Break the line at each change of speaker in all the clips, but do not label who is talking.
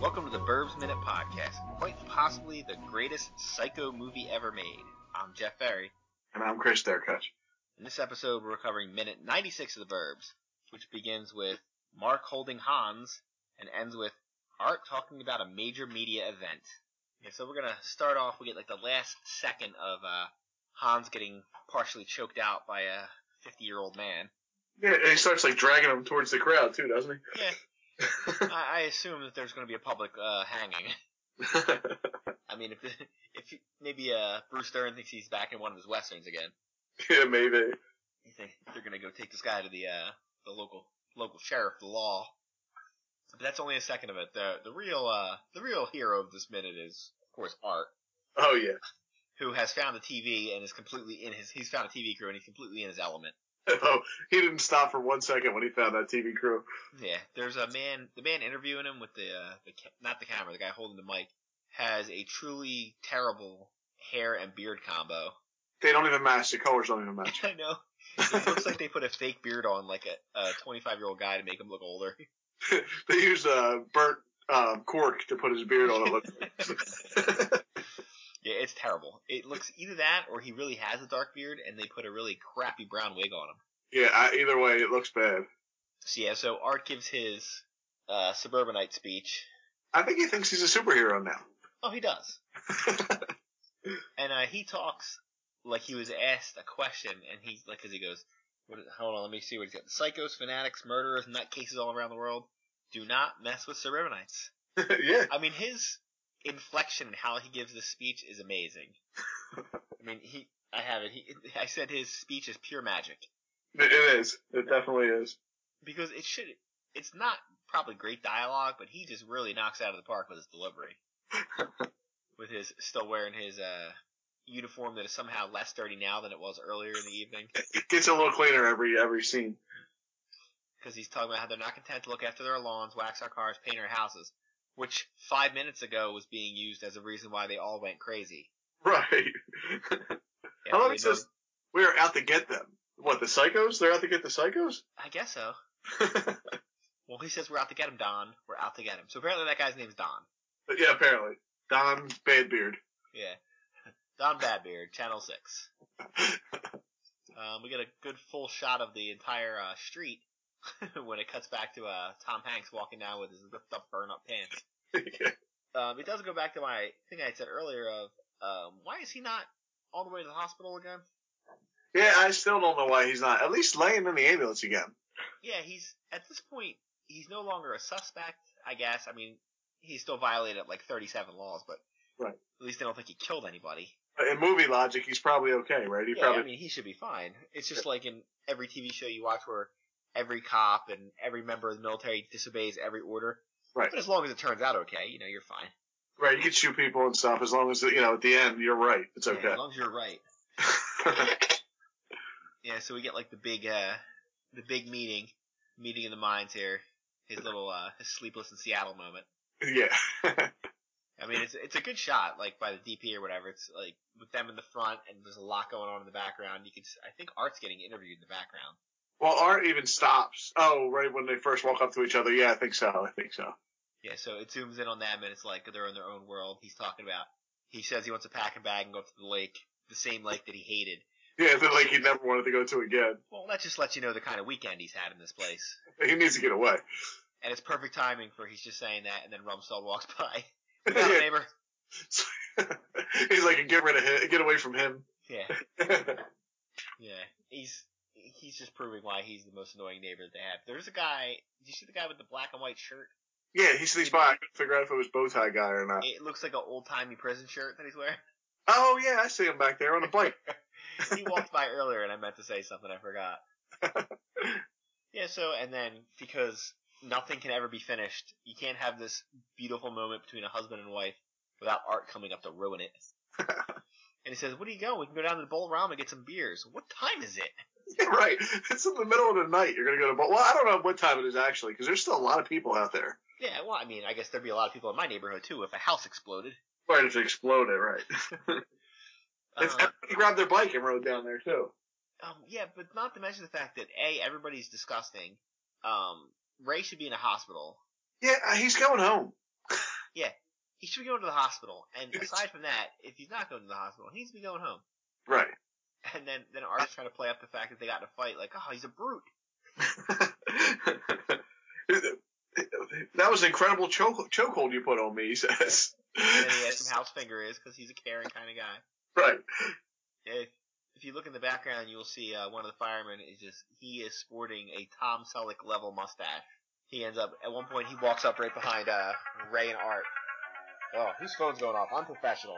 Welcome to the Burbs Minute Podcast, quite possibly the greatest psycho movie ever made. I'm Jeff Ferry.
And I'm Chris Derkach.
In this episode, we're covering minute 96 of the Burbs, which begins with Mark holding Hans and ends with Art talking about a major media event. And so we're gonna start off. We get like the last second of uh, Hans getting partially choked out by a 50 year old man.
Yeah, and he starts like dragging him towards the crowd too, doesn't
Yeah. I, I assume that there's gonna be a public uh, hanging.
he?
I mean, if if you, maybe uh, Bruce Dern thinks he's back in one of his westerns again,
yeah, maybe.
you think they're gonna go take this guy to the uh, the local local sheriff, the law. But that's only a second of it. The the real uh, the real hero of this minute is of course Art.
Oh yeah.
who has found a TV and is completely in his he's found a TV crew and he's completely in his element.
Oh, he didn't stop for one second when he found that TV crew.
Yeah, there's a man the man interviewing him with the uh, the ca- not the camera the guy holding the mic has a truly terrible hair and beard combo.
They don't even match. The colors don't even match.
I know it looks like they put a fake beard on like a, a 25 year old guy to make him look older.
they used uh, burnt uh, cork to put his beard on. It looked. like.
Yeah, it's terrible. It looks either that or he really has a dark beard and they put a really crappy brown wig on him.
yeah. I, either way, it looks bad.
So yeah, so Art gives his uh, suburbanite speech.
I think he thinks he's a superhero now.
Oh, he does. and uh, he talks like he was asked a question, and he's like, because he goes, what, is- "Hold on, let me see what he's got." Psychos, fanatics, murderers, nutcases all around the world. Do not mess with suburbanites.
yeah.
I mean, his inflection and how he gives this speech is amazing. I mean, he, I have it. He, I said his speech is pure magic
It- it is. It definitely is.
because it should. It's not probably great dialogue, but he just really knocks it out of the park with his delivery. with his still wearing his uh uniform that is somehow less dirty now than it was earlier in the evening
It gets a little cleaner every every scene.
because he's talking about how they're not content to look after their lawns, wax our cars, paint our houses, which five minutes ago was being used as a reason why they all went crazy.
Right. I
After
love
they
it says
know-
we are out to get them. What the psychos? They're out to get the psychos.
I guess so. Well, he says we're out to get him, Don. We're out to get him. So apparently that guy's name's Don.
But yeah, apparently. Don Badbeard.
Yeah. Don Badbeard, Channel 6. Um, we get a good full shot of the entire uh, street when it cuts back to uh, Tom Hanks walking down with his ripped up, burn up pants. Um, it does go back to my thing I said earlier of um, why is he not all the way to the hospital again?
yeah, I still don't know why he's not at least laying in the ambulance again.
Yeah, he's at this point he's no longer a suspect. I guess. I mean, he still violated like 37 laws, but
Right.
at least I don't think he killed anybody.
But In movie logic, he's probably okay, right? He
yeah,
probably
I mean, he should be fine. It's just like in every TV show you watch where every cop and every member of the military disobeys every order.
Right.
But as long as it turns out okay, you know, you're fine.
right. You can shoot people and stuff as long as you know at the end you're right. It's
Yeah,
okay.
as long as you're right. Yeah, so we get like the big, uh, the big meeting, meeting in the mines here. His little, uh, his sleepless in Seattle moment.
Yeah,
I mean, it's it's a good shot, like by the DP or whatever. It's like with them in the front, and there's a lot going on in the background. You can, s- I think Art's getting interviewed in the background.
Well, Art even stops. Oh, right when they first walk up to each other. Yeah, I think so. I think so.
Yeah, so it zooms in on them, and it's like they're in their own world. He's talking about. He says he wants to pack a bag and go up to the lake, the same lake that he hated.
Yeah, then like he never wanted to go to again.
Well, that just lets you know the kind of weekend he's had in this place.
He needs to get away.
And it's perfect timing for he's just saying that, and then Rumsfeld walks by. Got a
Yeah.
neighbor.
he's like, get rid of him. Get away from him.
Yeah, yeah. He's he's just proving why he's the most annoying neighbor that they have. There's a guy. Did you see the guy with the black and white shirt?
yeah, he sneaks by. I couldn't figure out if it was bow tie guy or not.
It looks like an old timey prison shirt that he's wearing.
Oh yeah, I see him back there on a bike.
he walked by earlier and I meant to say something I forgot. yeah, so and then because nothing can ever be finished, you can't have this beautiful moment between a husband and wife without art coming up to ruin it. and he says, What are you going? We can go down to the bowl and get some beers. What time is it?
Yeah, right. It's in the middle of the night. You're gonna go to well, I don't know what time it is actually, because there's still a lot of people out there.
Yeah, well, I mean, I guess there'd be a lot of people in my neighborhood too if a house exploded.
Right, it's exploded. Right. Uh-huh. It's,
Uh,
everybody grabbed their bike and rode down there too.
um, yeah, but not to mention the fact that A, everybody's disgusting. Um, Ray should be in a hospital.
Yeah, uh, he's going home.
He should be going to the hospital. And aside from that, if he's not going to the hospital, he needs to be going home.
Right.
And then then Art's trying to play up the fact that they got in a fight, like, oh, he's a brute.
that was an incredible choke chokehold you put on me, he says.
And then he asks him how his finger is because he's a caring kind of guy.
Right.
If if you look in the background, you'll see uh, one of the firemen is just he is sporting a Tom Selleck level mustache. He ends up at one point he walks up right behind uh, Ray and Art. Oh, whose phone's going off? Unprofessional.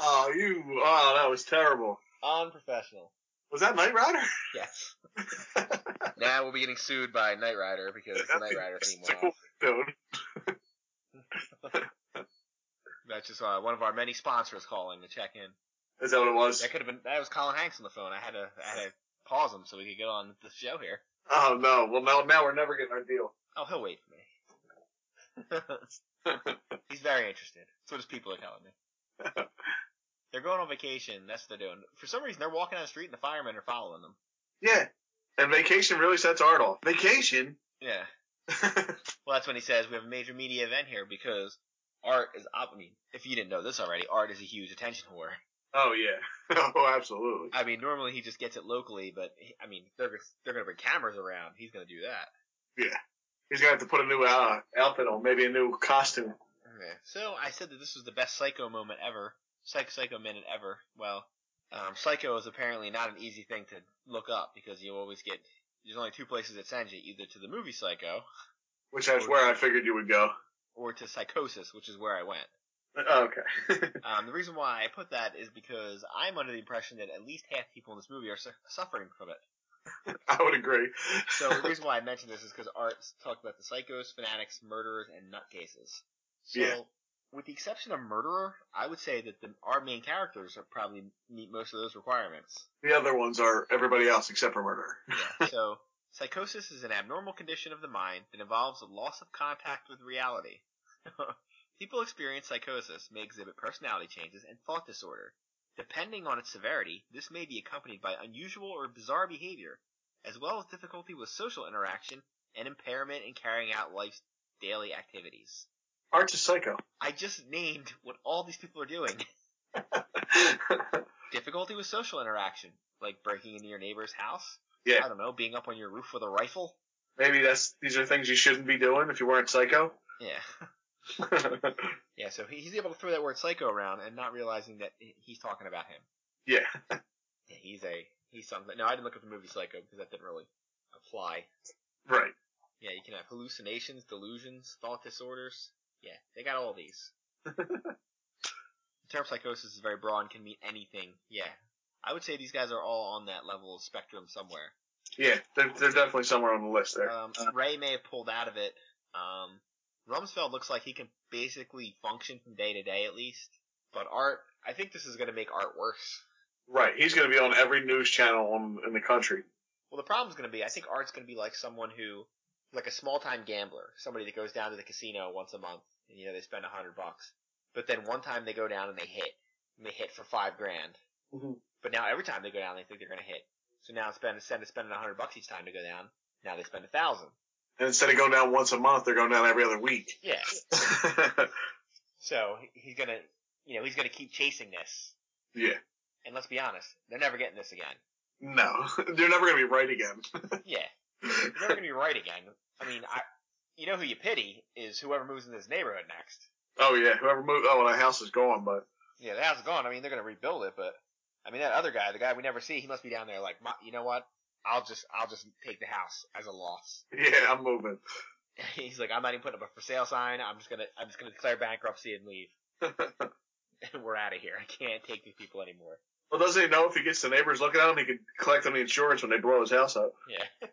Oh, you. Oh, that was terrible.
Unprofessional.
Was that Night Rider?
Yes. now we'll be getting sued by Knight Rider because the Knight Rider theme went off.
Dude.
That's just uh, one of our many sponsors calling to check in.
Is that what it was?
That could have been that was Colin Hanks on the phone. I had to I had to pause him so we could get on the show here.
Oh no. Well, now now we're never getting our deal.
Oh, he'll wait for me. He's very interested. That's what his people are telling me. they're going on vacation. That's what they're doing. For some reason, they're walking down the street and the firemen are following them.
Yeah. And vacation really sets Art off. Vacation.
Yeah. Well, that's when he says we have a major media event here because Art is. Op- I mean, if you didn't know this already, Art is a huge attention whore.
oh yeah. Oh, absolutely.
I mean, normally he just gets it locally, but he, I mean, they're they're gonna bring cameras around. He's gonna do that.
He's gonna have to put a new uh, outfit on, maybe a new costume.
Okay. So I said that this was the best Psycho moment ever, Psycho Psycho minute ever. Well, um, Psycho is apparently not an easy thing to look up because you always get there's only two places that sends you either to the movie Psycho
Which that's where I figured you would go. Oh,
or to Psychosis, which is where I went.
Okay.
Um, the reason why I put that is because I'm under the impression that at least half people in this movie are su- suffering from it.
I would agree.
So the reason why I mentioned this is because Art talked about the psychos, fanatics, murderers, and nutcases. So,
Yeah.
with the exception of murderer, I would say that the, our main characters are probably meet most of those requirements.
The other ones are everybody else except for murder.
Yeah. so, psychosis is an abnormal condition of the mind that involves a loss of contact with reality. People experience psychosis may exhibit personality changes and thought disorder. Depending on its severity, this may be accompanied by unusual or bizarre behavior, as well as difficulty with social interaction and impairment in carrying out life's daily activities.
Art's a psycho.
I just named what all these people are doing. difficulty with social interaction, like breaking into your neighbor's house.
Yeah.
I don't know, being up on your roof with a rifle.
maybe that's these are things you shouldn't be doing if you weren't psycho.
Yeah. Yeah, so he- he's able to throw that word psycho around and not realizing that he- he's talking about him.
yeah.
Yeah, he's a, he's something. No, I didn't look up the movie Psycho because that didn't really apply.
Right.
Yeah, you can have hallucinations, delusions, thought disorders. Yeah, they got all these. the term psychosis is very broad and can mean anything. Yeah. I would say these guys are all on that level of spectrum somewhere.
Yeah. They're, they're definitely somewhere on the list there.
Um, Ray may have pulled out of it. Um, Rumsfeld looks like he can basically function from day to day at least. But Art, I think this is going to make Art worse.
right. He's going to be on every news channel on, in the country.
Well, the problem's going to be, I think Art's going to be like someone who, like a small-time gambler, somebody that goes down to the casino once a month, and you know they spend a hundred bucks, but then one time they go down and they hit, and they hit for five grand, but now every time they go down they think they're going to hit, so now spend instead of spending a hundred bucks each time to go down, now they spend a thousand.
And instead of going down once a month, they're going down every other week.
Yeah. So he- he's gonna, you know, he's gonna keep chasing this,
yeah.
and let's be honest, they're never getting this again.
No, they're never going to be right again.
Yeah. They're never gonna be right again. I mean, I, you know who you pity is whoever moves in this neighborhood next.
oh yeah, whoever moved. Oh, the house is gone, but
Yeah, the house is gone. I mean, they're gonna rebuild it, but I mean that other guy, the guy we never see, he must be down there. Like, "Ma- you know what? I'll just, I'll just take the house as a loss.
yeah, I'm moving.
He's like, I'm not even putting up a for sale sign. I'm just gonna, I'm just gonna declare bankruptcy and leave. We're out of here. I can't take these people anymore.
Well, doesn't he know if he gets the neighbors looking at him, he could collect on the insurance when they blow his house up?
Yeah,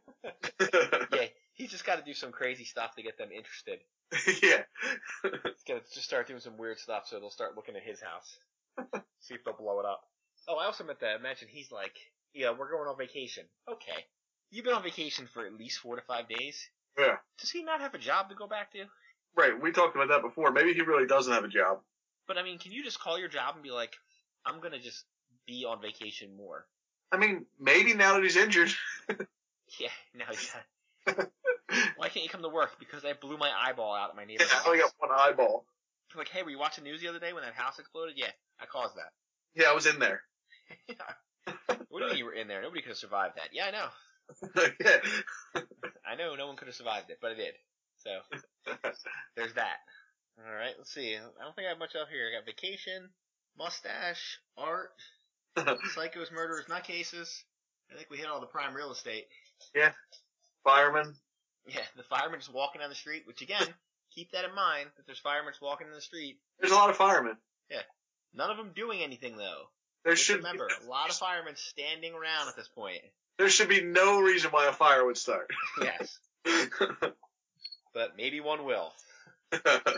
yeah. He's just got to do some crazy stuff to get them interested.
yeah.
He's gonna just start doing some weird stuff so they'll start looking at his house, see if they'll blow it up. Oh, I also meant to mention he's like, yeah, we're going on vacation. Okay, you've been on vacation for at least four to five days.
Yeah.
Does he not have a job to go back to?
Right. We talked about that before. Maybe he really doesn't have a job.
But I mean, can you just call your job and be like, I'm gonna just be on vacation more?
I mean, maybe now that he's injured.
Yeah, no, yeah. Why can't you come to work? Because I blew my eyeball out at my neighbor's
I only
house.
got one eyeball.
He's like, hey, were you watching news the other day when that house exploded? Yeah, I caused that.
Yeah, I was in there.
What do you mean you were in there? Nobody could have survived that. Yeah, I know.
yeah.
I know no one could have survived it, but I did. So there's that. All right, let's see. I don't think I have much up here. I got vacation, mustache, art, psychos, murderers, nutcases. I think we hit all the prime real estate.
Fireman.
Yeah, the firemen just walking down the street. Which again, keep that in mind that there's firemen just walking in the street.
There's a lot of firemen.
None of them doing anything though.
There
Just
should
remember, a lot of firemen standing around at this point.
there should be no reason why a fire would start.
Yes, but maybe one will.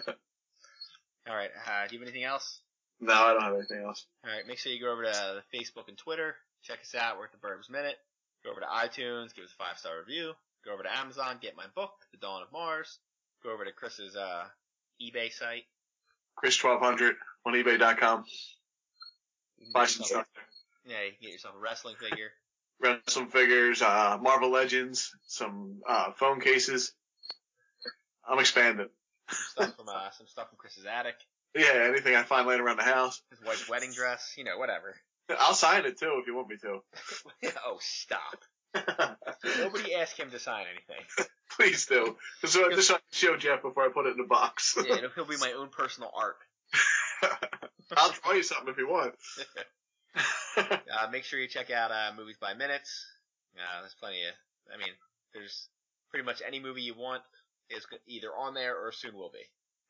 All right. Uh, do you have anything else?
no, I don't have anything else.
All right, make sure you go over to Facebook and Twitter. Check us out. We're at the Burbs Minute. Go over to iTunes, give us a five star review. Go over to Amazon, get my book, The Dawn of Mars. Go over to Chris's uh, eBay site.
Chris twelve hundred on eBay.com.
You can
Buy
get
some
yourself-
stuff.
Yeah, you can get yourself a wrestling figure.
Rent some figures, uh, Marvel Legends, some uh, phone cases. I'm expanding.
Some stuff from uh, some stuff from Chris's attic.
Yeah, anything I find laying around the house,
His wife's wedding dress. You know, whatever.
I'll sign it too if you want me to.
oh, stop! Nobody asked him to sign anything.
Please do. This so, this so I can show Jeff before I put it in a box.
Yeah, it'll- he'll be my own personal art.
I'll draw you something if you want.
Uh, make sure you check out uh, Movies by Minutes. Uh, there's plenty of, I mean, there's pretty much any movie you want is go- either on there or soon will be.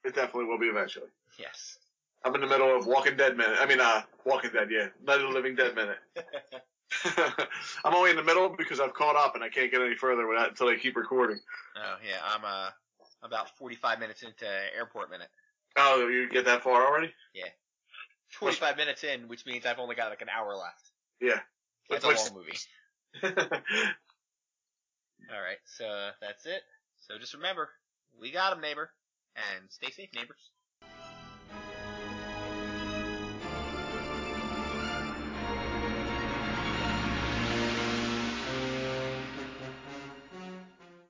It definitely will be eventually.
Yes.
I'm in the middle of Walking Dead minute. I mean, uh, Walking Dead, yeah, Night of the Living Dead minute. I'm only in the middle because I've caught up and I can't get any further without until they keep recording.
Oh yeah, I'm uh about 45 minutes into Airport Minute.
Oh, you get that far already?
45 minutes in, which means I've only got like an hour left.
Yeah.
That's a
What's-
long movie. All right, so that's it. So just remember, we got 'em, neighbor, and stay safe, neighbors.